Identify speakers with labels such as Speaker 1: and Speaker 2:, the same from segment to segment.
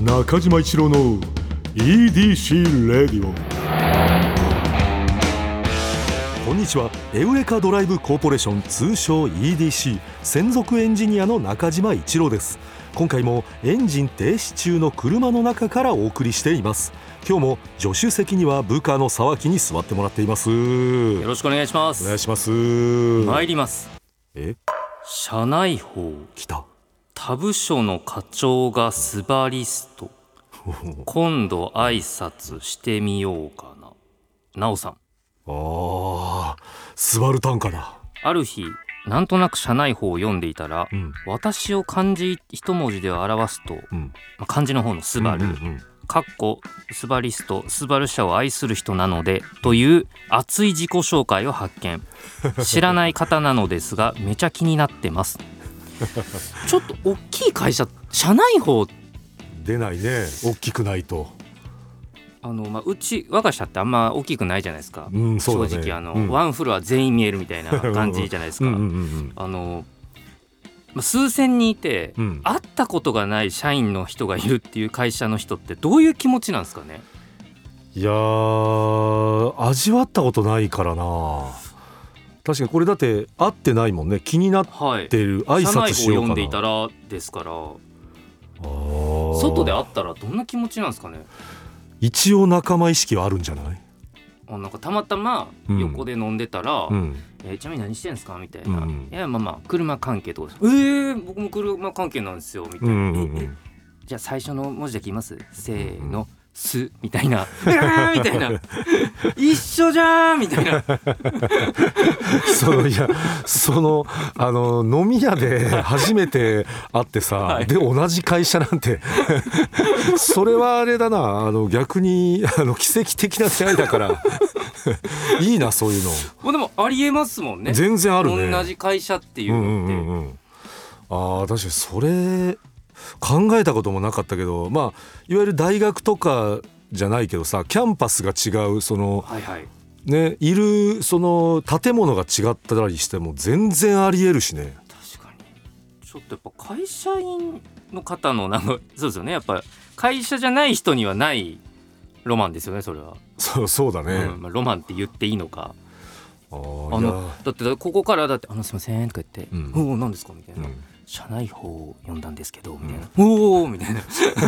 Speaker 1: 中島一郎の EDC レディオこんにちはエウレカドライブコーポレーション通称 EDC 専属エンジニアの中島一郎です今回もエンジン停止中の車の中からお送りしています今日も助手席には部下の沢木に座ってもらっています
Speaker 2: よ
Speaker 1: お
Speaker 2: ろしくお願いします。
Speaker 1: 願いします
Speaker 2: 参ります。
Speaker 1: え
Speaker 2: 社内報、
Speaker 1: 来た
Speaker 2: 他部署の課長がスバリス ト。今度挨拶してみようかな。なおさん、
Speaker 1: あースバル単価だ
Speaker 2: ある日、なんとなく社内報を読んでいたら、
Speaker 1: ん
Speaker 2: 私を漢字一文字で表すと、
Speaker 1: うん
Speaker 2: まあ漢字の方のスバル、
Speaker 1: うんうん
Speaker 2: かっこスバリストスバル社を愛する人なのでという熱い自己紹介を発 見知らない方なのですがめちゃ気になってますちょっと大きい会社社内法
Speaker 1: 出ないね大きくないと
Speaker 2: あの、まあ、うち我が社ってあんま大きくないじゃないですか、
Speaker 1: うんそうだね
Speaker 2: 正直あの、
Speaker 1: うん
Speaker 2: ワンフロア全員見えるみた いな感じじゃないですか、
Speaker 1: うんうんうん
Speaker 2: あのまあ数千人いて、
Speaker 1: うんうん
Speaker 2: 会ったことがない社員の人がいるっていう会社の人ってどういう気持ちなんですかね
Speaker 1: いやー味わったことないからな確かにこれだって合ってないもんね気になっ
Speaker 2: はい
Speaker 1: てる挨
Speaker 2: 社
Speaker 1: 拶
Speaker 2: 内を
Speaker 1: しよう
Speaker 2: 読
Speaker 1: か
Speaker 2: んでいた
Speaker 1: な
Speaker 2: らですから
Speaker 1: 外
Speaker 2: 外で会ったらどんな気持ちなんですかね
Speaker 1: 一応仲間意識はあるんじゃない、
Speaker 2: あなんかたまたま
Speaker 1: うん
Speaker 2: 横で飲んでたら「
Speaker 1: うん、
Speaker 2: えーちなみに何してんすか?」みたいな「
Speaker 1: うん
Speaker 2: いやまあまあ車関係とかです」えー、僕も車関係なんですよ」みた
Speaker 1: う
Speaker 2: い
Speaker 1: んう
Speaker 2: な、
Speaker 1: んう
Speaker 2: ええ
Speaker 1: ん
Speaker 2: じゃあ最初の文字だけ言いますせー
Speaker 1: う
Speaker 2: の「す」みたいな「えーみたいな「一緒じゃん!」みたいな
Speaker 1: そのいやそのあの飲み屋で初めて会ってさ、
Speaker 2: はい
Speaker 1: で同じ会社なんて それはあれだなあの逆にあの奇跡的な出会いだから いいなそういうの、
Speaker 2: もうでもありえますもんね
Speaker 1: 全然あるね
Speaker 2: 同じ会社っていううんのって、
Speaker 1: うんうんうんあー確かにそれ考えたこともなかったけどまあいわゆる大学とかじゃないけどさキャンパスが違うその
Speaker 2: はいはい
Speaker 1: ねいるその建物が違ったりしても全然ありえるしね。
Speaker 2: 確かにちょっとやっぱ会社員の方のなんか そうですよねやっぱ会社じゃない人にはないロマンですよねそれは、
Speaker 1: そう そうだね。
Speaker 2: うんまあ、ロマンって言っていいのか
Speaker 1: あ
Speaker 2: あ
Speaker 1: ーいや
Speaker 2: のだってここからだって「あのすいません」とか言って「
Speaker 1: うん
Speaker 2: おお何ですか?」みたいうな、
Speaker 1: ん
Speaker 2: 社内法を読んだんですけど」みたいな「おお!」みたいな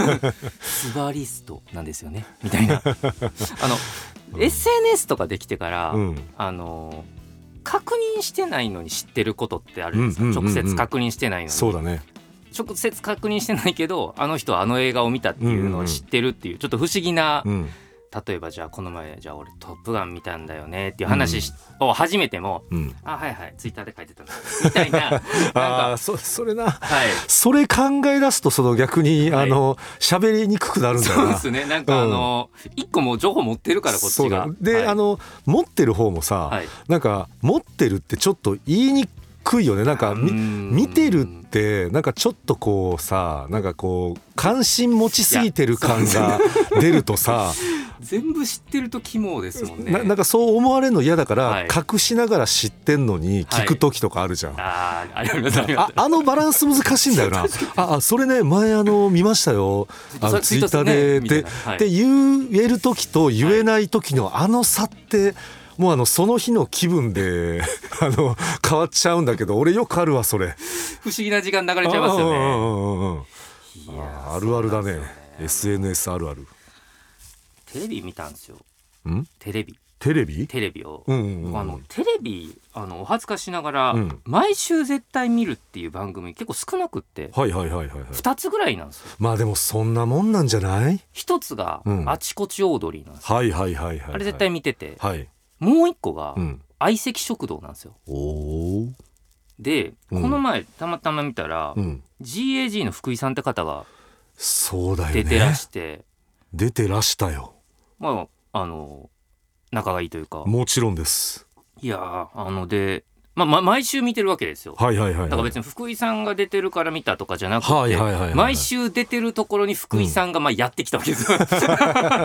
Speaker 2: 「スバリストなんですよね」みたい なあの SNS とかできてから、
Speaker 1: うん
Speaker 2: あの確認してないのに知ってることってあるんです
Speaker 1: う
Speaker 2: よ、
Speaker 1: んうんうんうん
Speaker 2: 直接確認してないのに
Speaker 1: そうだね。
Speaker 2: 直接確認してないけどあの人はあの映画を見たっていうのを知ってるっていう,、ちょっと不思議な、
Speaker 1: うん
Speaker 2: 例えばじゃあこの前じゃあ俺「トップガン」見たんだよねっていう話しを始めても「
Speaker 1: うん。
Speaker 2: あはいはいツイッターで書いてたんだ」みた いななん
Speaker 1: ああ
Speaker 2: か
Speaker 1: ーそそれな。
Speaker 2: はい
Speaker 1: それ考え出すとその逆に、
Speaker 2: は
Speaker 1: あ
Speaker 2: い
Speaker 1: の喋りにくくなるんだ
Speaker 2: そ
Speaker 1: よ
Speaker 2: うで
Speaker 1: な。
Speaker 2: すねなんかあの一、個もう情報持ってるからこっ
Speaker 1: そ
Speaker 2: ち
Speaker 1: うだ
Speaker 2: が。
Speaker 1: で、
Speaker 2: はい
Speaker 1: あの持ってる方もさ、
Speaker 2: はい
Speaker 1: なんか持ってるってちょっと言いにくいよねなんかみ
Speaker 2: うん
Speaker 1: 見てるってなんかちょっとこうさなんかこう関心持ちすぎてる感が出るとさ、
Speaker 2: 全部知ってると肝ですもんね。
Speaker 1: ななんかそう思われるの嫌だから、
Speaker 2: はい
Speaker 1: 隠しながら知ってんのに聞く時とかあるじゃん。
Speaker 2: あーありがとうござい
Speaker 1: あ
Speaker 2: ます。
Speaker 1: あのバランス難しいんだ よな。ああそれね前あの見ましたよ。あのツ
Speaker 2: ツ
Speaker 1: イ
Speaker 2: イ
Speaker 1: ッ
Speaker 2: ッ
Speaker 1: ター
Speaker 2: ター
Speaker 1: で
Speaker 2: で
Speaker 1: で
Speaker 2: ね
Speaker 1: で
Speaker 2: みたいなはい
Speaker 1: 言える時と言えない時のあの差って。もうあのその日の気分で あの変わっちゃうんだけど俺よくあるわそれ
Speaker 2: 不思議な時間流れちゃいますよ
Speaker 1: う
Speaker 2: ね。
Speaker 1: んうんうんうん
Speaker 2: いやー
Speaker 1: あるあるだね
Speaker 2: そうなんですよ
Speaker 1: SNS あるある
Speaker 2: テレビ見たんですよ。
Speaker 1: ん
Speaker 2: テレビ
Speaker 1: テレビ
Speaker 2: テレビを、
Speaker 1: うんうんうん
Speaker 2: あのテレビあのお恥ずかしながら、
Speaker 1: うん
Speaker 2: 毎週絶対見るっていう番組結構少なくって
Speaker 1: はいはいはいはいはい
Speaker 2: 2つぐらいなんですよ
Speaker 1: まあでもそんなもんなんじゃない
Speaker 2: 1つが、
Speaker 1: うん
Speaker 2: あちこちオードリーなんですよ
Speaker 1: はいはいはいはいはい
Speaker 2: あれ絶対見てて、
Speaker 1: はい
Speaker 2: もう1個が
Speaker 1: うん
Speaker 2: 相席食堂なんですよ
Speaker 1: おおー
Speaker 2: で、
Speaker 1: うん
Speaker 2: この前たまたま見たら、
Speaker 1: うん
Speaker 2: GAG の福井さんって方が
Speaker 1: そうだよね
Speaker 2: 出てらして、
Speaker 1: 出てらしたよ
Speaker 2: まああの仲がいいというか
Speaker 1: もちろんです
Speaker 2: いやーあので、まあま、毎週見てるわけですよ
Speaker 1: はいはいはい、はい、
Speaker 2: だから別に福井さんが出てるから見たとかじゃなくて、
Speaker 1: はいはいはいはい
Speaker 2: 毎週出てるところに福井さんがまあやってきたわけですよ。
Speaker 1: あ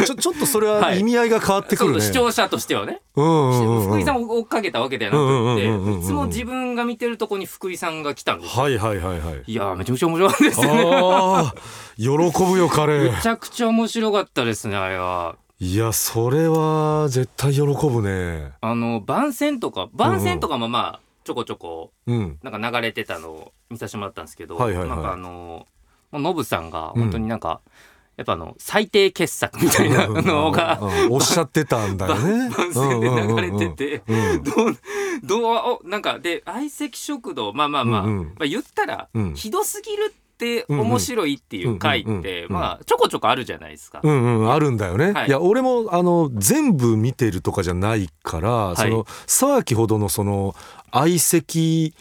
Speaker 1: ーちょちょっとそれは
Speaker 2: はい
Speaker 1: 意味合いが変わってく
Speaker 2: そ
Speaker 1: るね。
Speaker 2: う視聴者としてはね、
Speaker 1: うんうんうん
Speaker 2: 福井さんを追っかけたわけではなくて、
Speaker 1: うんうんうんうんうんうん
Speaker 2: いつも自分が見てるところに福井さんが来たんですよ。
Speaker 1: はいはいはいはい。
Speaker 2: いやーめちゃめちゃ面白かったですよね。
Speaker 1: ああ喜ぶよ彼
Speaker 2: めちゃくちゃ面白かったですねあれはい
Speaker 1: やそれは絶対喜ぶね
Speaker 2: あの番宣とか番宣とかもまあちょこちょこ
Speaker 1: うん
Speaker 2: なんか流れてたのを見させてもらったんですけど、
Speaker 1: はいはいはい
Speaker 2: なんかあのもうノブさんが本当になんか、やっぱあの最低傑作みたいなのが
Speaker 1: うんうんおっしゃってたんだよね
Speaker 2: 番宣で流れてて、
Speaker 1: うんうんうん
Speaker 2: どうどうおなんかで相席食堂まあまあまあ、
Speaker 1: うんうん
Speaker 2: まあ、言ったら、
Speaker 1: うん
Speaker 2: ひどすぎるって面白いっていう回
Speaker 1: うんうん
Speaker 2: っ
Speaker 1: うん
Speaker 2: て、
Speaker 1: うん
Speaker 2: まあちょこちょこあるじゃないですか。
Speaker 1: うんうん、あるんだよね、
Speaker 2: はい
Speaker 1: い、や俺もあの全部見てるとかじゃないから、
Speaker 2: い
Speaker 1: その沢木ほどのその相席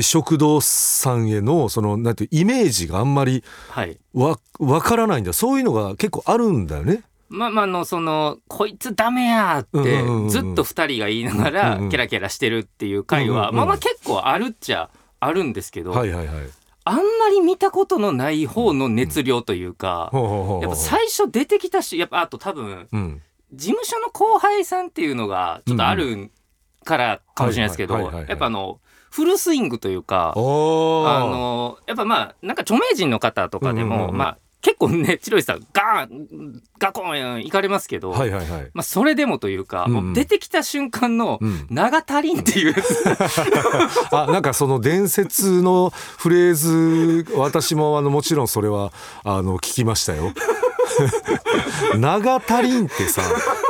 Speaker 1: 食堂さんへのそのなんていうイメージがあんまり
Speaker 2: はい
Speaker 1: わわからないんだそういうのが結構あるんだよね。
Speaker 2: まあまああのそのこいつダメや
Speaker 1: うんうんうんうん
Speaker 2: ーってずっと二人が言いながら
Speaker 1: うんうん
Speaker 2: キャラキャラしてるっていう回
Speaker 1: うんうん
Speaker 2: は
Speaker 1: うん
Speaker 2: まあまあ結構あるっちゃあるんですけど、
Speaker 1: はいはいはい。
Speaker 2: あんまり見たことのない方の熱量というか、
Speaker 1: ほうほうほう
Speaker 2: やっぱ最初出てきたしやっぱあと多分
Speaker 1: うん
Speaker 2: 事務所の後輩さんっていうのがちょっとあるからかもしれないですけど
Speaker 1: はいはいはいはい
Speaker 2: やっぱあのフルスイングというか
Speaker 1: お
Speaker 2: あ
Speaker 1: ー
Speaker 2: のやっぱまあなんか著名人の方とかで
Speaker 1: うんう
Speaker 2: も、
Speaker 1: んうんうん
Speaker 2: まあ結構ね千鳥さんガーンガコーンいかれますけど、
Speaker 1: はいはいはい。
Speaker 2: まあ、それでもというか、
Speaker 1: うん
Speaker 2: もう出てきた瞬間の
Speaker 1: うん、
Speaker 2: 長足りんっていう
Speaker 1: あなんかその伝説のフレーズ私もあのもちろんそれはあの聞きましたよ。 長足りんってさ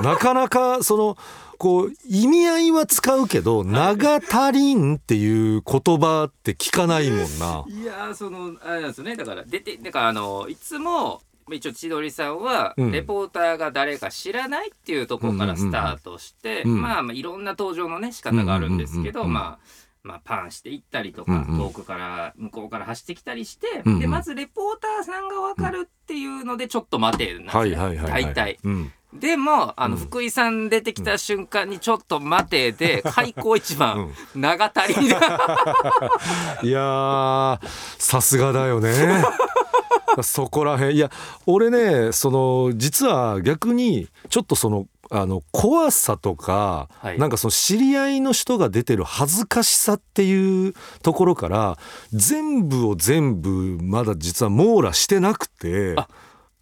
Speaker 1: なかなかそのこう意味合いは使うけど長足りんっていう言葉って聞かないもんな。
Speaker 2: いやーそのあれなんですよねだから出てだからあのいつもまあ一応千鳥さんは
Speaker 1: うん
Speaker 2: レポーターが誰か知らないっていうところからスタートして、
Speaker 1: うんうんうんうん
Speaker 2: まあ、まあいろんな登場のね仕方があるんですけど、
Speaker 1: うんうんうんうん
Speaker 2: まあまあ、パンしていったりとか、
Speaker 1: うんうん
Speaker 2: 遠くから向こうから走ってきたりして、
Speaker 1: うんうん
Speaker 2: でまずレポーターさんが分かるっていうのでちょっと待てなんですね、
Speaker 1: はいはいはい、はい、
Speaker 2: 大体。
Speaker 1: うん、
Speaker 2: でもあの
Speaker 1: うん
Speaker 2: 福井さん出てきた瞬間に「ちょっと待て」で開口一番長足りが
Speaker 1: いやーさすがだよ ね。そこらへんいや俺ねその実は逆にちょっとそのあの怖さとか、
Speaker 2: はい
Speaker 1: なんかその知り合いの人が出てる恥ずかしさっていうところから全部を全部まだ実は網羅してなくて
Speaker 2: あ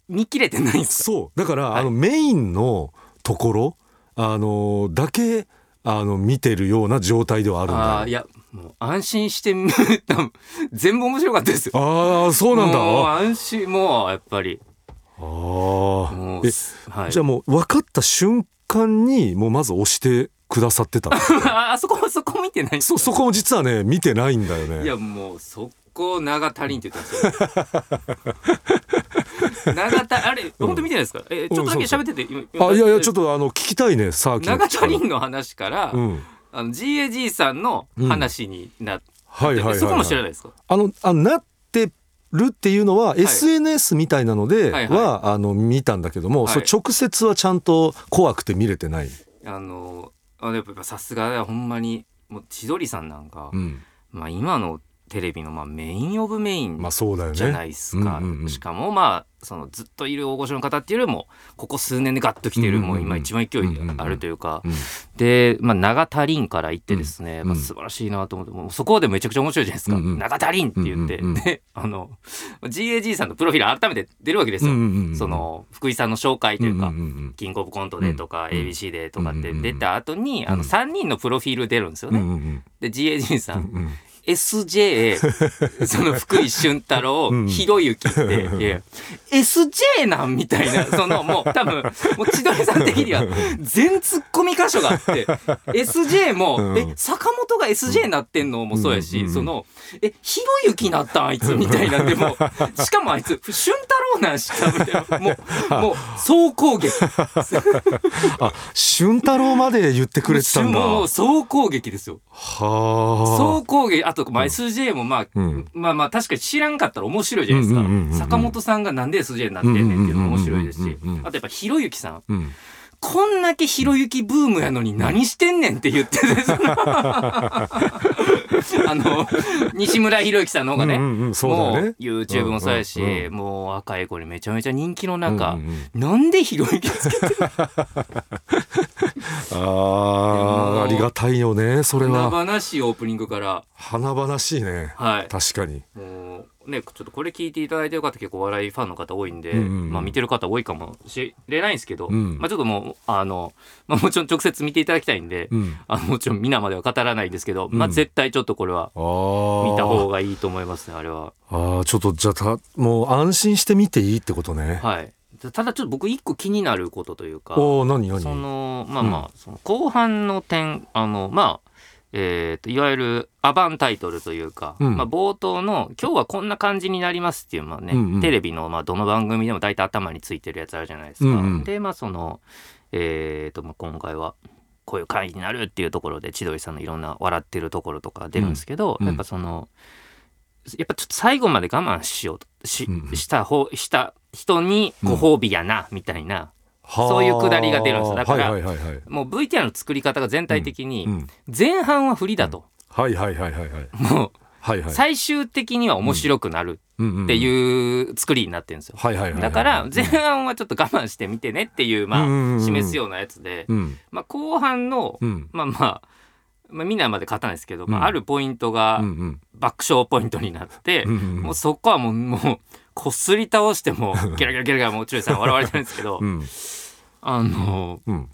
Speaker 2: 見切れてないんです
Speaker 1: そうだから、
Speaker 2: はい
Speaker 1: あのメインのところあのだけあの見てるような状態ではあるんだよ
Speaker 2: ああーいやもう安心して 見た全部面白かったですよ
Speaker 1: ああそうなんだ
Speaker 2: もう安心もうやっぱり
Speaker 1: あ
Speaker 2: も
Speaker 1: あ
Speaker 2: う、
Speaker 1: え、
Speaker 2: はい、
Speaker 1: じゃあもう分かった瞬間にもうまず押してくださってた
Speaker 2: あ そこそこ見てないんです
Speaker 1: そそこも実はね見てないんだよね
Speaker 2: いやもう速攻長足りんって言ってた んですよ長足あれ本当見てないですか、えちょっとだけ喋ってて、今今
Speaker 1: あいやいやちょっとあの聞きたいねさあ
Speaker 2: 長足りんの話から、
Speaker 1: うん
Speaker 2: あの GAG さんの話になって、
Speaker 1: はいはいはい、はい、
Speaker 2: そこも知らないですか
Speaker 1: あのあなってるっていうのは、SNS みたいなのでは、
Speaker 2: はいは
Speaker 1: あの見たんだけども、
Speaker 2: はい
Speaker 1: それ直接はちゃんと怖くて見れてない、
Speaker 2: あのあのやっぱさすがだよほんまにもう千鳥さんなんか、
Speaker 1: うん、
Speaker 2: まあ、今のテレビのまあメインオブメイン
Speaker 1: まあそうだよね
Speaker 2: じゃないですか、
Speaker 1: うんうんうん
Speaker 2: しかもまあそのずっといる大御所の方っていうよりもここ数年でガッときて
Speaker 1: う
Speaker 2: る、
Speaker 1: んうんうん
Speaker 2: もう今一番勢いあるというか、
Speaker 1: うん
Speaker 2: で、まあ、長田凛から言ってですね、
Speaker 1: うん
Speaker 2: まあ、素晴らしいなと思ってもうそこでめちゃくちゃ面白いじゃないですか、
Speaker 1: うんうん
Speaker 2: 長田凛って言って、
Speaker 1: うんうんうん
Speaker 2: であの GAG さんのプロフィール改めて出るわけです
Speaker 1: うん
Speaker 2: よ、
Speaker 1: うんうんうん
Speaker 2: その福井さんの紹介というか。
Speaker 1: んんん
Speaker 2: キングオブコントでとか
Speaker 1: うん
Speaker 2: ABC でとかって
Speaker 1: うん
Speaker 2: 出た後に
Speaker 1: ん
Speaker 2: あの3人のプロフィール出るんですよ
Speaker 1: うんう
Speaker 2: ね。
Speaker 1: んうん
Speaker 2: で GAG さ
Speaker 1: うん
Speaker 2: ん
Speaker 1: うん
Speaker 2: SJ その福井俊太郎
Speaker 1: うん
Speaker 2: ひろゆきっていや SJ なんみたいなそのもう多分もう千鳥さん的には全ツッコミ箇所があって SJ も
Speaker 1: うん
Speaker 2: え坂本が SJ になってんのもそう
Speaker 1: うんうん
Speaker 2: や
Speaker 1: う
Speaker 2: し
Speaker 1: ん
Speaker 2: そのえひろゆきになったんあいつみた いなんでもうしかもあいつ俊太郎なんしかみたいなもうもう総攻撃。
Speaker 1: あ俊太郎まで言って くれてたんだ
Speaker 2: もう
Speaker 1: は
Speaker 2: 総攻撃ですよ。
Speaker 1: あ
Speaker 2: 総攻撃、あと、まあ、SJ もまあ、
Speaker 1: うん
Speaker 2: まあまあ確かに知らんかったら面白いじゃないですか。
Speaker 1: うんうんうんうん
Speaker 2: 坂本さんがなんで SJ になってんねんっていうのも面白いですし
Speaker 1: うんうんうんうんう、ん
Speaker 2: あとやっぱひろゆきさん。
Speaker 1: うん
Speaker 2: こんだけひろゆきブームやのに何してんねんって言ってて、そのあの、西村ひろゆきさんの方がね、
Speaker 1: うんうんうんそうだよね
Speaker 2: もう YouTube もそうやし、
Speaker 1: うんうんう
Speaker 2: もう若い子にめちゃめちゃ人気の中、
Speaker 1: うんうんうん
Speaker 2: なんでひろゆきつけてんの
Speaker 1: あーありがたいよねそれ
Speaker 2: 華
Speaker 1: は
Speaker 2: 々しいオープニングから、
Speaker 1: 華々しいね
Speaker 2: はい。
Speaker 1: 確かに
Speaker 2: もうねちょっとこれ聞いていただいてる方結構お笑いファンの方多いんで、
Speaker 1: うんうんうん
Speaker 2: まあ、見てる方多いかもしれないんですけど、
Speaker 1: うん
Speaker 2: まあ、ちょっともうあの、まあ、もちろん直接見ていただきたいんで、
Speaker 1: うん、
Speaker 2: あのもちろん皆までは語らないですけど、まあ、
Speaker 1: うん
Speaker 2: 絶対ちょっとこれは
Speaker 1: あー
Speaker 2: 見た方がいいと思いますねあれは。
Speaker 1: あーちょっとじゃあたもう安心して見ていいってことね、
Speaker 2: はい、たただちょっと僕一個気になることというか
Speaker 1: おお何何
Speaker 2: そのまあまあ、その後半の点あのまあえーといわゆるアバンタイトルというか、
Speaker 1: うん
Speaker 2: まあ、冒頭の「今日はこんな感じになります」っていう、まあね
Speaker 1: うんうん
Speaker 2: テレビの、まあ、どの番組でも大体頭についてるやつあるじゃないですか。
Speaker 1: うんうん
Speaker 2: でまあそのえーと、まあ、今回はこういう会になるっていうところで千鳥さんのいろんな笑ってるところとか出るんですけど、
Speaker 1: うんうん
Speaker 2: やっぱそのやっぱちょっと最後まで我慢しようとし
Speaker 1: うんうん
Speaker 2: した方した人にご褒美やな、みたいな
Speaker 1: はー
Speaker 2: そういうくだりが出るんですよだから
Speaker 1: はいはいはいはい
Speaker 2: もう VTR の作り方が全体
Speaker 1: う
Speaker 2: 的に
Speaker 1: ん、
Speaker 2: 前半は不利だと、
Speaker 1: はいはいはいはいはい
Speaker 2: もう
Speaker 1: はいはい
Speaker 2: 最終的には面白くな
Speaker 1: っ
Speaker 2: るって
Speaker 1: うん、
Speaker 2: いう作りになってるんですよ。
Speaker 1: はいはいはいはい
Speaker 2: だから前半はちょっと我慢してみてねっていうま
Speaker 1: うんうんう
Speaker 2: あ
Speaker 1: ん
Speaker 2: 示すようなやつで、
Speaker 1: うん
Speaker 2: まあ、後半の
Speaker 1: うん
Speaker 2: まあまあまあみんなまで勝たないですけど、ま
Speaker 1: うん
Speaker 2: あ、あるポイントが
Speaker 1: うんうん
Speaker 2: 爆笑ポイントになって、
Speaker 1: うんうん
Speaker 2: もうそこはもうもうこすり倒してもうゲラゲラゲラゲラもう中さん笑われてるんですけど、
Speaker 1: うん
Speaker 2: あの
Speaker 1: うん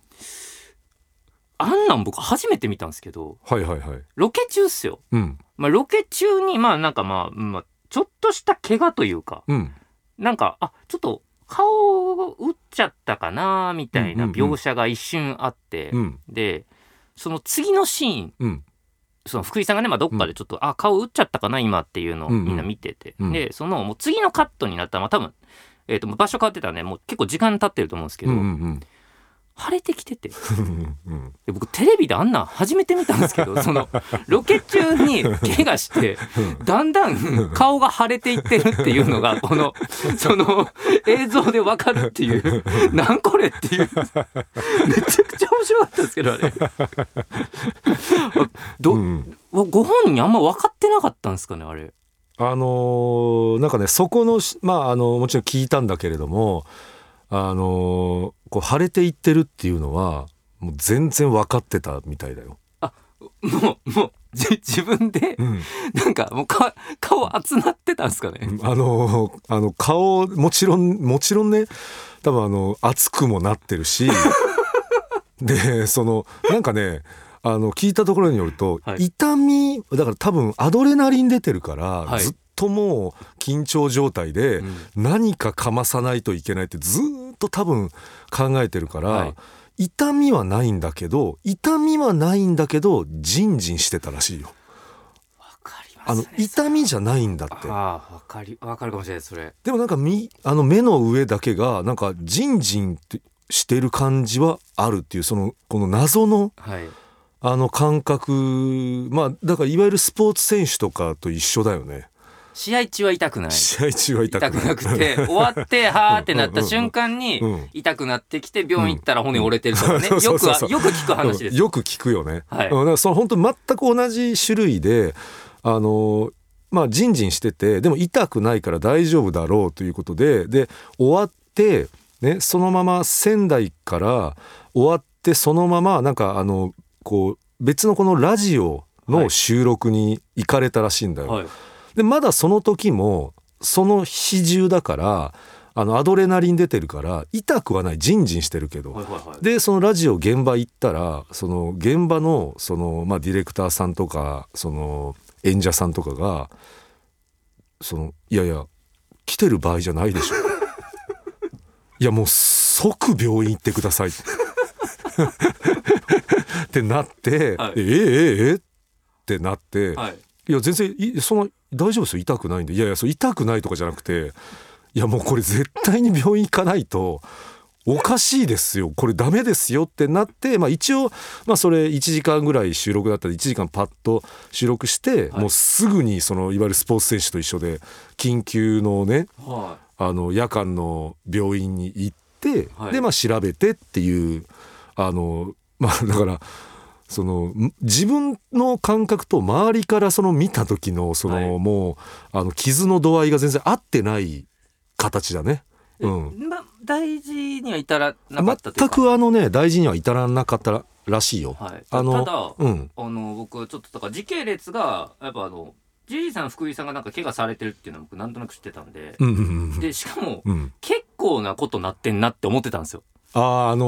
Speaker 2: あんなん僕初めて見たんですけど
Speaker 1: はいはいはい
Speaker 2: ロケ中っすよ。
Speaker 1: うん
Speaker 2: まあ、ロケ中にまあなんかまあ、まあ、ちょっとした怪我というか
Speaker 1: うん
Speaker 2: なんかあちょっと顔を打っちゃったかなみたいな
Speaker 1: うんうんうん
Speaker 2: 描写が一瞬あって、
Speaker 1: うん
Speaker 2: でその次のシーン
Speaker 1: うん
Speaker 2: その福井さんがね、まあ、どっかでちょっと、あ顔打っちゃったかな今っていうのを
Speaker 1: うんうん
Speaker 2: みんな見てて、
Speaker 1: うん
Speaker 2: でそのもう次のカットになったら、まあ、多分、えー、ともう場所変わってたらねもう結構時間経ってると思うんですけ
Speaker 1: う
Speaker 2: ど、
Speaker 1: んうんうん
Speaker 2: 腫れてきてて
Speaker 1: うんうん
Speaker 2: で僕テレビであんなん初めて見たんですけ どそのロケ中に怪我してだんだん顔が腫れていってるっていうのがこ のその映像でわかるっていうなんこれっていうめちゃくちゃ面白かったですけどあれあど、
Speaker 1: うん
Speaker 2: ご本人あんま分かってなかったんですかねあれ
Speaker 1: あのーなんかねそこのしまああのもちろん聞いたんだけれどもあのーこう腫れていってるっていうのはもう全然分かってたみたいだよ。
Speaker 2: もうもうじ自分で
Speaker 1: うん
Speaker 2: なんかもうか顔集まってたんですかね
Speaker 1: あのあの顔もちろんもちろんね多分あの熱くもなってる しでそのなんかねあの聞いたところによると、
Speaker 2: はい
Speaker 1: 痛みだから多分アドレナリン出てるから、
Speaker 2: はい
Speaker 1: ずっともう緊張状態で、
Speaker 2: うん
Speaker 1: 何かかまさないといけないってずーっと多分考えてるから、
Speaker 2: はい
Speaker 1: 痛みはないんだけど痛みはないんだけどジンジンしてたらしいよ。
Speaker 2: わかりま
Speaker 1: あの
Speaker 2: すね
Speaker 1: 痛みじゃないんだって。
Speaker 2: ああ、わかり、わかるかもしれない、それ。
Speaker 1: でもなんかみあの目の上だけがなんかジンジンってしてる感じはあるっていうそのこの謎の
Speaker 2: はい。
Speaker 1: あの感覚まあだからいわゆるスポーツ選手とかと一緒だよね、
Speaker 2: 試合中は痛くな い。
Speaker 1: 試合中は痛
Speaker 2: 痛
Speaker 1: くない
Speaker 2: くなくて、終 わって、はーってなっ
Speaker 1: うんうん
Speaker 2: た
Speaker 1: うん
Speaker 2: 瞬間に
Speaker 1: うん、
Speaker 2: 痛くなってきて、病院行ったら骨折れてるとかね。
Speaker 1: うんそ
Speaker 2: よ
Speaker 1: う
Speaker 2: く
Speaker 1: そう
Speaker 2: は、
Speaker 1: そう
Speaker 2: よく聞く話です。
Speaker 1: よく聞くよね、
Speaker 2: は
Speaker 1: う
Speaker 2: い
Speaker 1: んだからその本当全く同じ種類であのーまあジンジンしててでも痛くないから大丈夫だろうということでで終わって、ね、そのまま仙台から終わってそのままなんかあのこう別のこのラジオの収録に行かれたらしいんだよ。
Speaker 2: はい。
Speaker 1: でまだその時もその比重だからあのアドレナリン出てるから痛くはないジンジンしてるけど、
Speaker 2: はいはいはい。
Speaker 1: でそのラジオ現場行ったらその現場のその、まあ、ディレクターさんとかその演者さんとかがそのいやいや来てる場合じゃないでしょ いやもう即病院行ってください ってなって、
Speaker 2: はい
Speaker 1: ええええってなって、
Speaker 2: はい。
Speaker 1: いや全然いその大丈夫ですよ痛くないんでいやいやそう痛くないとかじゃなくていやもうこれ絶対に病院行かないとおかしいですよこれダメですよってなって、まあ、一応、まあ、それ1時間ぐらい収録だったら1時間パッと収録して、
Speaker 2: はい
Speaker 1: もうすぐにそのいわゆるスポーツ選手と一緒で緊急のね
Speaker 2: は
Speaker 1: あの夜間の病院に行って、
Speaker 2: はい
Speaker 1: でまあ調べてっていうあのまあ だからそのん自分の感覚と周りからその見た時のその、
Speaker 2: はい
Speaker 1: もうあの傷の度合いが全然合ってない形だね。
Speaker 2: い。
Speaker 1: うん、
Speaker 2: まあ、大事には至らなかったとい
Speaker 1: 全
Speaker 2: うか。
Speaker 1: くあのね大事には至らなかったらしいよ。
Speaker 2: はい。
Speaker 1: あの
Speaker 2: ただ、
Speaker 1: うん
Speaker 2: あの、僕、ちょっと、だから時系列が、やっぱあの、 J さん福井さんがなんか怪我されてるっていうのは僕なんとなく知ってたんで、
Speaker 1: うんうんうん
Speaker 2: でしかも
Speaker 1: うん
Speaker 2: 結構なことなってんなって思ってたんですよ
Speaker 1: あああの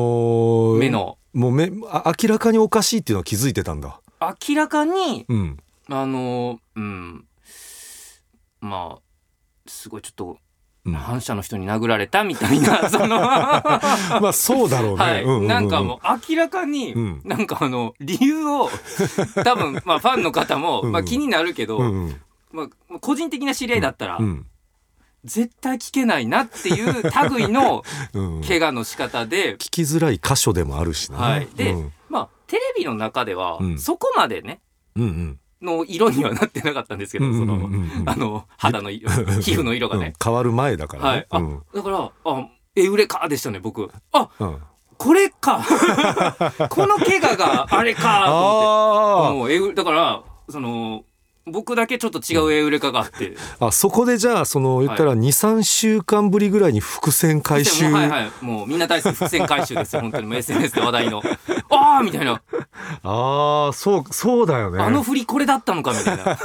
Speaker 1: ー
Speaker 2: 目の
Speaker 1: もう目あ明らかにおかしいっていうのは気づいてたんだ
Speaker 2: 明らかに
Speaker 1: うん
Speaker 2: あのうんまあすごいちょっと
Speaker 1: うん
Speaker 2: 反射の人に殴られたみたい なそのは
Speaker 1: まあそうだろうね、
Speaker 2: い、
Speaker 1: ううう
Speaker 2: なんかもう明らかに、
Speaker 1: うん
Speaker 2: なんかあの理由を多分まあファンの方も、
Speaker 1: うん
Speaker 2: まあ、気になるけど、
Speaker 1: うんうん
Speaker 2: まあまあ、個人的な知り合いだったら、
Speaker 1: うん
Speaker 2: 絶対聞けないなっていう類の
Speaker 1: うん聞
Speaker 2: 怪我の仕方で、
Speaker 1: きづらい箇所でもあるしな、
Speaker 2: はいで
Speaker 1: うん
Speaker 2: まあテレビの中では
Speaker 1: うん
Speaker 2: そこまでね
Speaker 1: うんうん
Speaker 2: の色にはなってなかったんですけど、そ
Speaker 1: うんうん
Speaker 2: の
Speaker 1: うんうん
Speaker 2: あの肌の 色皮膚の色がね、
Speaker 1: うん変わる前だから
Speaker 2: は
Speaker 1: ね
Speaker 2: い、あ
Speaker 1: うん
Speaker 2: だからあえウレカでしたね僕あ
Speaker 1: うん
Speaker 2: これ かこの怪我があれかと思って
Speaker 1: あ
Speaker 2: もうエウだからその僕だけちょっと違うエウレカがあ って
Speaker 1: ーあそこでじゃあその言ったら23週間ぶりぐらいに伏線回収、
Speaker 2: もうはいはいもうみんな大好き伏線回収ですよ本当にもう SNS で話題のああみたいな
Speaker 1: ああそうそうだよね
Speaker 2: あの振りこれだったのかみ たいな。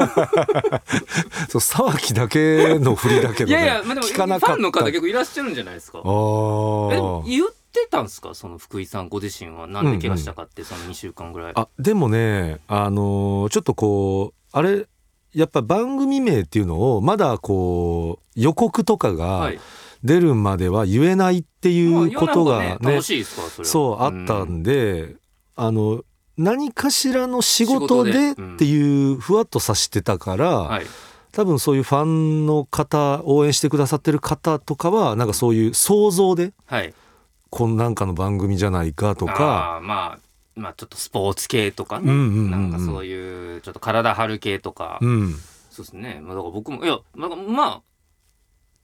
Speaker 1: そう沢木だけの振りだけど、
Speaker 2: い
Speaker 1: ね、
Speaker 2: やいや、まあ、でも
Speaker 1: 聞
Speaker 2: フ
Speaker 1: かなかった
Speaker 2: ァンの方結構いらっしゃるんじゃないですか
Speaker 1: あ。
Speaker 2: えでも
Speaker 1: ー
Speaker 2: 言ってたんですかその福井さんご自身はなんで怪我したかって、その2週間ぐらい。
Speaker 1: あでもねあのーちょっとこうあれやっぱ番組名っていうのをまだこう予告とかが
Speaker 2: はい。
Speaker 1: 出るまでは言えないって
Speaker 2: まあ
Speaker 1: いうことが
Speaker 2: 世の
Speaker 1: ね,、
Speaker 2: 中楽しいですからそれは
Speaker 1: そうあった
Speaker 2: うん
Speaker 1: んで、あの何かしらの仕事で
Speaker 2: 仕
Speaker 1: っ
Speaker 2: 事でうん
Speaker 1: ていうふわっとさしてたから、
Speaker 2: はい。
Speaker 1: 多分そういうファンの方応援してくださってる方とかはなんかそういう想像で
Speaker 2: はい。
Speaker 1: こんなんかの番組じゃないかとか
Speaker 2: あーまあ、まあちょっとスポーツ系とかね。
Speaker 1: うんうんうんうん
Speaker 2: なんかそういう、ちょっと体張る系とか。
Speaker 1: うん
Speaker 2: そうですね。まあだから僕も、いや、まあ、まあ、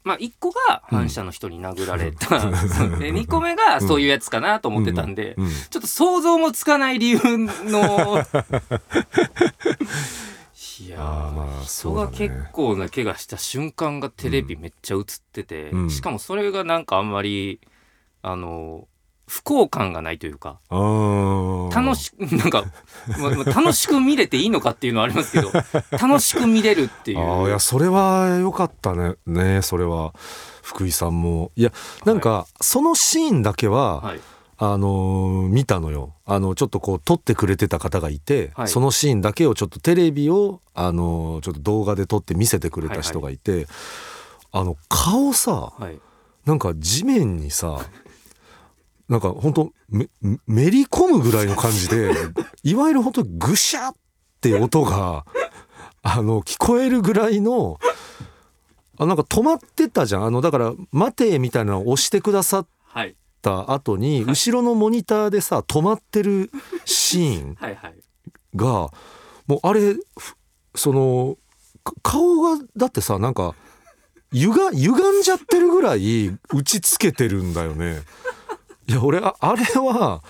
Speaker 2: まあ一個が反射の人に殴られた。 で、2個目がそういうやつかなと思ってたんで。
Speaker 1: うん
Speaker 2: ちょっと想像もつかない理由 の。いや
Speaker 1: あーま
Speaker 2: ー
Speaker 1: あ
Speaker 2: 人
Speaker 1: そうだ
Speaker 2: が
Speaker 1: ね
Speaker 2: 結構な怪我した瞬間がテレビめっちゃ映ってて、
Speaker 1: うん
Speaker 2: しかもそれがなんかあんまりあの不幸感がないというか
Speaker 1: あー
Speaker 2: 楽しくなんか、まま楽しく見れていいのかっていうのはあります けど楽しく見れるっていう
Speaker 1: ああいやそれは良かったねねそれは福井さんもいやなんか、そのシーンだけは、
Speaker 2: はい
Speaker 1: あのー見たのよあのちょっとこう撮ってくれてた方がいて、
Speaker 2: はい
Speaker 1: そのシーンだけをちょっとテレビをあのーちょっと動画で撮って見せてくれた人がいて、あの顔さ
Speaker 2: はい
Speaker 1: なんか地面にさなんか本当めめり込むぐらいの感じでいわゆる本当ぐしゃって音があの聞こえるぐらいのあなんか止まってたじゃんあのだから「待て」みたいなのを押してくださっ
Speaker 2: はい
Speaker 1: た後に後ろのモニターでさ止まってるシーン
Speaker 2: はいはい
Speaker 1: がもうあれふそのか顔がだってさなんかゆが歪んじゃってるぐらい打ちつけてるんだよね。いや俺ああれは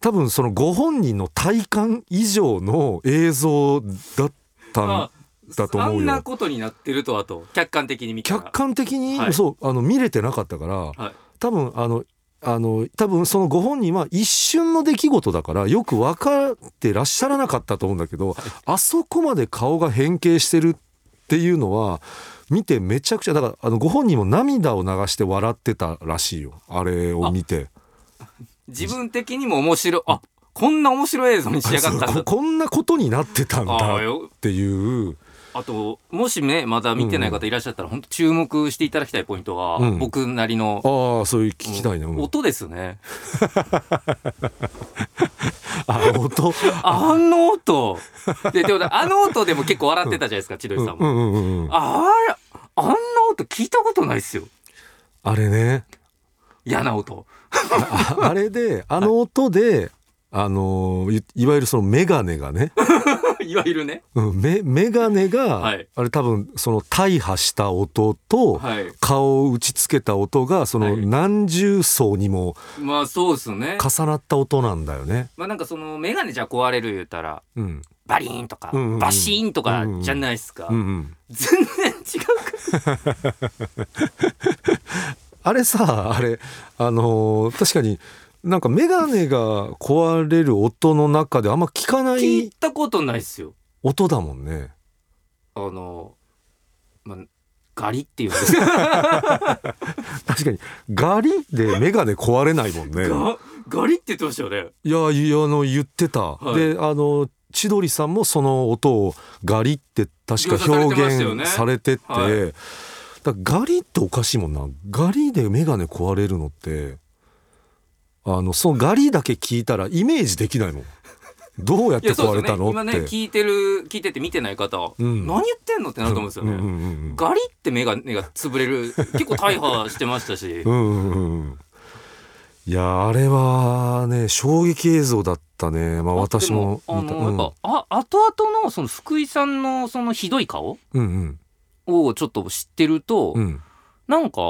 Speaker 1: 多分そのご本人の体感以上の映像だったん
Speaker 2: あ
Speaker 1: だと思
Speaker 2: あ
Speaker 1: うん
Speaker 2: な
Speaker 1: よ。
Speaker 2: ことになってるとあと客観的に見たら
Speaker 1: 客観的に、
Speaker 2: はい
Speaker 1: そうあの見れてなかったから、
Speaker 2: はい
Speaker 1: 多分あのあの多分そのご本人は一瞬の出来事だからよく分かってらっしゃらなかったと思うんだけど、あそこまで顔が変形してるっていうのは見てめちゃくちゃだからあのご本人も涙を流して笑ってたらしいよあれを見て
Speaker 2: 自分的にも面白いあこんな面白い映像に仕上がったん
Speaker 1: こ
Speaker 2: だ
Speaker 1: こんなことになってたん
Speaker 2: あ
Speaker 1: だ
Speaker 2: あ
Speaker 1: っ
Speaker 2: よ
Speaker 1: ていう
Speaker 2: あともしねまだ見てない方いらっしゃったら、本当注目していただきたいポイントは、
Speaker 1: うん
Speaker 2: 僕なりの
Speaker 1: ああそういう聞きたいな、うん
Speaker 2: 音ですね
Speaker 1: あ音
Speaker 2: あの音ででもあの音でも結構笑ってたじゃないですか千鳥さん
Speaker 1: う
Speaker 2: も、
Speaker 1: んうんうんうん
Speaker 2: あれあんな音聞いたことないっすよ
Speaker 1: あれね
Speaker 2: 嫌な音
Speaker 1: ああれであの音で、あのいいわゆるその眼鏡がね
Speaker 2: いわゆるね
Speaker 1: うん、メメガネが、
Speaker 2: はい
Speaker 1: あれ多分その大破した音と、
Speaker 2: はい
Speaker 1: 顔を打ちつけた音がその
Speaker 2: はい
Speaker 1: 何重層にも
Speaker 2: まあそうっすね
Speaker 1: 重なった音なんだよね。
Speaker 2: まあなんかその眼鏡じゃ壊れる言うたら
Speaker 1: うん、
Speaker 2: バリーンとか、
Speaker 1: うんうんうん
Speaker 2: バシーンとかじゃないですか、
Speaker 1: うんうん、
Speaker 2: 全然違うか
Speaker 1: あれさあれあのー確かになんか眼鏡が壊れる音の中であんま聞かな
Speaker 2: ら聞い
Speaker 1: い
Speaker 2: たことないっすよ
Speaker 1: 音だもんね。
Speaker 2: あの、まあ、ガリっていうんですか
Speaker 1: 確かにガリで眼鏡壊れないもんね
Speaker 2: ガガリって言ってましたよね
Speaker 1: いやいやあの言ってた、
Speaker 2: い
Speaker 1: であの千鳥さんもその音をガリって確か表現されてて
Speaker 2: 描写されてましたよね
Speaker 1: だからガリっておかしいもんなガリで眼鏡壊れるのってあのそのガリだけ聞いたらイメージできないもんどうやっ
Speaker 2: い
Speaker 1: て
Speaker 2: やそ
Speaker 1: 壊
Speaker 2: う
Speaker 1: れ
Speaker 2: です
Speaker 1: た
Speaker 2: よね
Speaker 1: の
Speaker 2: 今ね
Speaker 1: って。
Speaker 2: 聞いてる聞いてて見てない方は、
Speaker 1: うん
Speaker 2: 何言ってんのってなると思うんですよね、
Speaker 1: うんうんうん
Speaker 2: ガリって眼鏡が潰れる結構大破してましたし
Speaker 1: うんうんうんうんいやあれはね衝撃映像だったねまあ私も
Speaker 2: あ
Speaker 1: 見た
Speaker 2: のやっぱ、あ後々のその福井さんのそのひどい顔
Speaker 1: うんうん
Speaker 2: をちょっと知ってると、
Speaker 1: うんうん
Speaker 2: なんか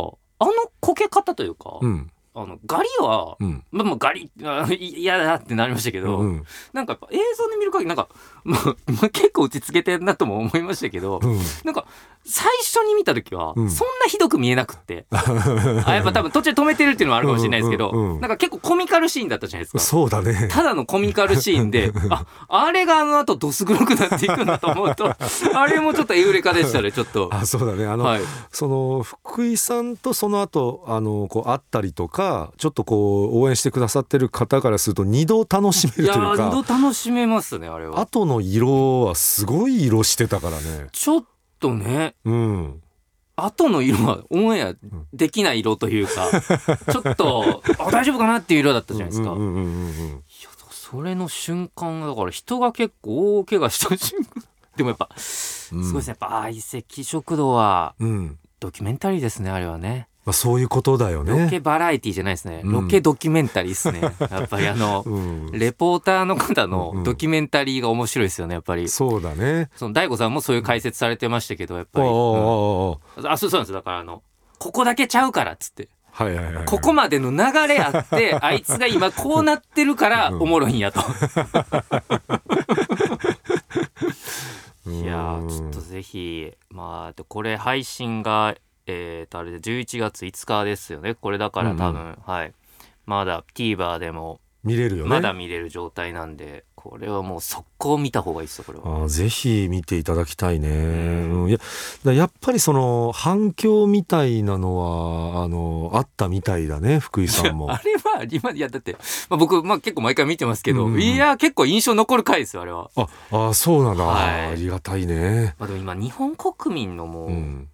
Speaker 2: あのこけ方というか、
Speaker 1: うん
Speaker 2: あのガリは、
Speaker 1: うん
Speaker 2: まあまあガリあのい嫌だってなりましたけど、
Speaker 1: うん
Speaker 2: なんかやっぱ映像で見る限りなんか、まあまあ、結構落ち着けてんなとも思いましたけど、
Speaker 1: うん
Speaker 2: なんか最初に見た時はそ
Speaker 1: うんん
Speaker 2: なひどく見えなく って、あやっぱ多分途中で止めてるっていうのもあるかもしれないですけど、
Speaker 1: うんうんうん
Speaker 2: なんか結構コミカルシーンだったじゃないですか。
Speaker 1: そうだね。
Speaker 2: ただのコミカルシーン で、あ、あれがあの後ドス黒くなっていくんだと思 うと、あれもちょっとエウレカでしたね、ちょっと。
Speaker 1: あそうだねあの、
Speaker 2: はい。
Speaker 1: その福井さんとその後あのこう会ったりとかちょっとこう応援してくださってる方からすると二度楽し
Speaker 2: い
Speaker 1: める
Speaker 2: や
Speaker 1: という
Speaker 2: ー、
Speaker 1: か
Speaker 2: 二度楽しめますね、あれは。
Speaker 1: 後の色はすごい色してたからね。
Speaker 2: ちょっとね、
Speaker 1: うん、
Speaker 2: 後の色はオンエアできない色というか、 ちょっと、あ、大丈夫かなっていう色だったじゃないですか。
Speaker 1: うんうんうんうんうん
Speaker 2: いやそれの瞬間がだから人が結構大怪我した瞬間でもやっぱす
Speaker 1: うん
Speaker 2: ごいですね、やっぱ相席食堂は
Speaker 1: うん
Speaker 2: ドキュメンタリーですねあれはね
Speaker 1: まあ、そういうことだよ
Speaker 2: ロケ
Speaker 1: ね。
Speaker 2: バラエティじゃないですね、
Speaker 1: うん
Speaker 2: ロケドキュメンタリーですねやっぱりあの
Speaker 1: うん、
Speaker 2: レポーターの方
Speaker 1: うん
Speaker 2: の
Speaker 1: うん
Speaker 2: ドキュメンタリーが面白いですよねやっぱりそ
Speaker 1: そうだね。
Speaker 2: の大悟さんもそういう解説されてましたけどやっぱ
Speaker 1: あああ
Speaker 2: り、
Speaker 1: ああ
Speaker 2: うん
Speaker 1: あ
Speaker 2: あそうそうなんですよだからあのここだけちゃうからっつって
Speaker 1: はいはいはい。
Speaker 2: ここまでの流れあってあいつが今こうなってるからおもろいんやといやーちょっとぜひまあでこれ配信がえー、とあれで11月5日ですよねこれだから多分、はいまだ TVer でも
Speaker 1: 見れるよね。
Speaker 2: まだ見れる状態なんで、これはもう速攻見た方がいいですよこれは
Speaker 1: あーぜひ見ていただきたいね。
Speaker 2: ん
Speaker 1: うん、いやだやっぱりその反響みたいなのはあのあったみたいだね福井さん も
Speaker 2: あ。れは今いやだって、まあ、僕、まあ、結構毎回見てますけど、
Speaker 1: うんうん
Speaker 2: いや結構印象残る回ですよあれは、
Speaker 1: ああーそうなんだ、
Speaker 2: はい
Speaker 1: ありがたいね。
Speaker 2: まあ、でも今日本国民のも
Speaker 1: う
Speaker 2: うん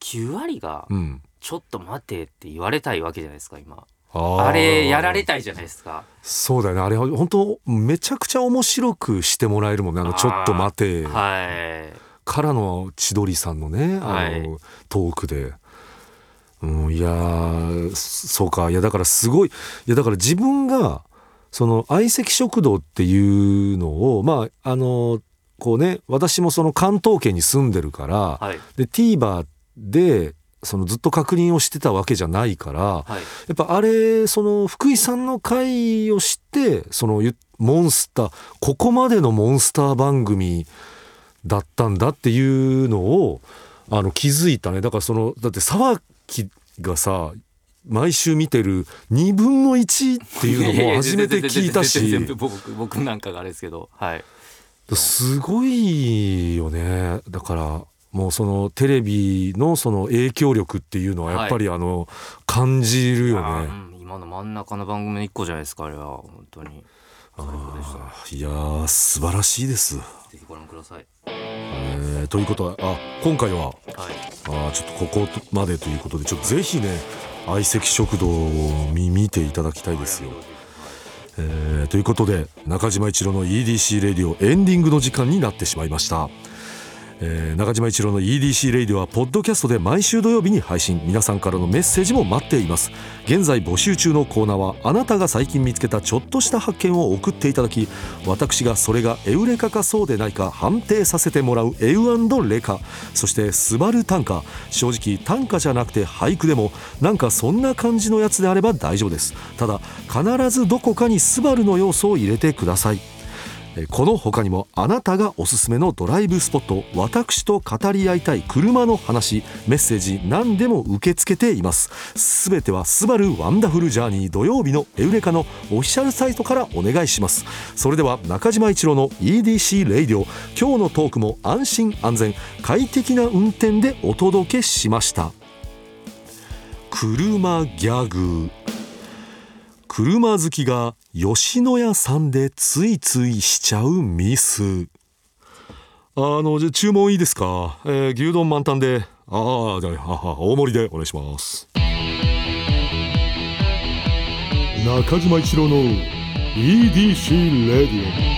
Speaker 2: 9割が
Speaker 1: うん。
Speaker 2: 「ちょっと待て」って言われたいわけじゃないですか今
Speaker 1: あー
Speaker 2: あれやられたいじゃないですか
Speaker 1: そうだよねあれ本当めちゃくちゃ面白くしてもらえるもんねあの
Speaker 2: あー
Speaker 1: ちょっと待て
Speaker 2: はい
Speaker 1: からの千鳥さんのねあの、
Speaker 2: は
Speaker 1: トークで。うん、いやーそそうかいやだからすごいいやだから自分がその相席食堂っていうのをまああのこうね私もその関東圏に住んでるから、
Speaker 2: はい
Speaker 1: で TVer でそのずっと確認をしてたわけじゃないから
Speaker 2: はい
Speaker 1: やっぱあれその福井さんの回をしてそのゆモンスターここまでのモンスター番組だったんだっていうのをあの気づいたねだからそのだって沢木がさ毎週見てる2分の1っていうのも初めて聞いた
Speaker 2: やや
Speaker 1: し
Speaker 2: や全然全然全然僕僕なんかがあれですけどはい
Speaker 1: すごいよねだからもうそのテレビのその影響力っていうのはやっぱりあの感じるよね。
Speaker 2: あーうん今の真ん中の番組の一個じゃないですかあれは本当に最高でした
Speaker 1: あーいやー素晴らしいです。
Speaker 2: ぜひご覧ください
Speaker 1: えーということはあ今回は
Speaker 2: はい
Speaker 1: あーちょっとここまでということでちょっとぜひね相席食堂を見見ていただきたいですよ。えーということで中島一郎の EDC レディオエンディングの時間になってしまいました、えー中島一郎の EDC レディオはポッドキャストで毎週土曜日に配信皆さんからのメッセージも待っています現在募集中のコーナーはあなたが最近見つけたちょっとした発見を送っていただき私がそれがエウレカかそうでないか判定させてもらうエウレカそして「スバル短歌」正直短歌じゃなくて俳句でもなんかそんな感じのやつであれば大丈夫ですただ必ずどこかに「スバルの要素を入れてくださいえーこの他にもあなたがおすすめのドライブスポット私と語り合いたい車の話メッセージ何でも受け付けていますすべては「スバルワンダフルジャーニー土曜日のエウレカ」のオフィシャルサイトからお願いしますそれでは中島一郎の EDC レイディオ今日のトークも安心安全快適な運転でお届けしました車ギャグ車好きが吉野家さんでついついしちゃうミスあのじゃあ注文いいですか、えー牛丼満タンでああじゃあはは大盛りでお願いします中島一郎の EDC レディオ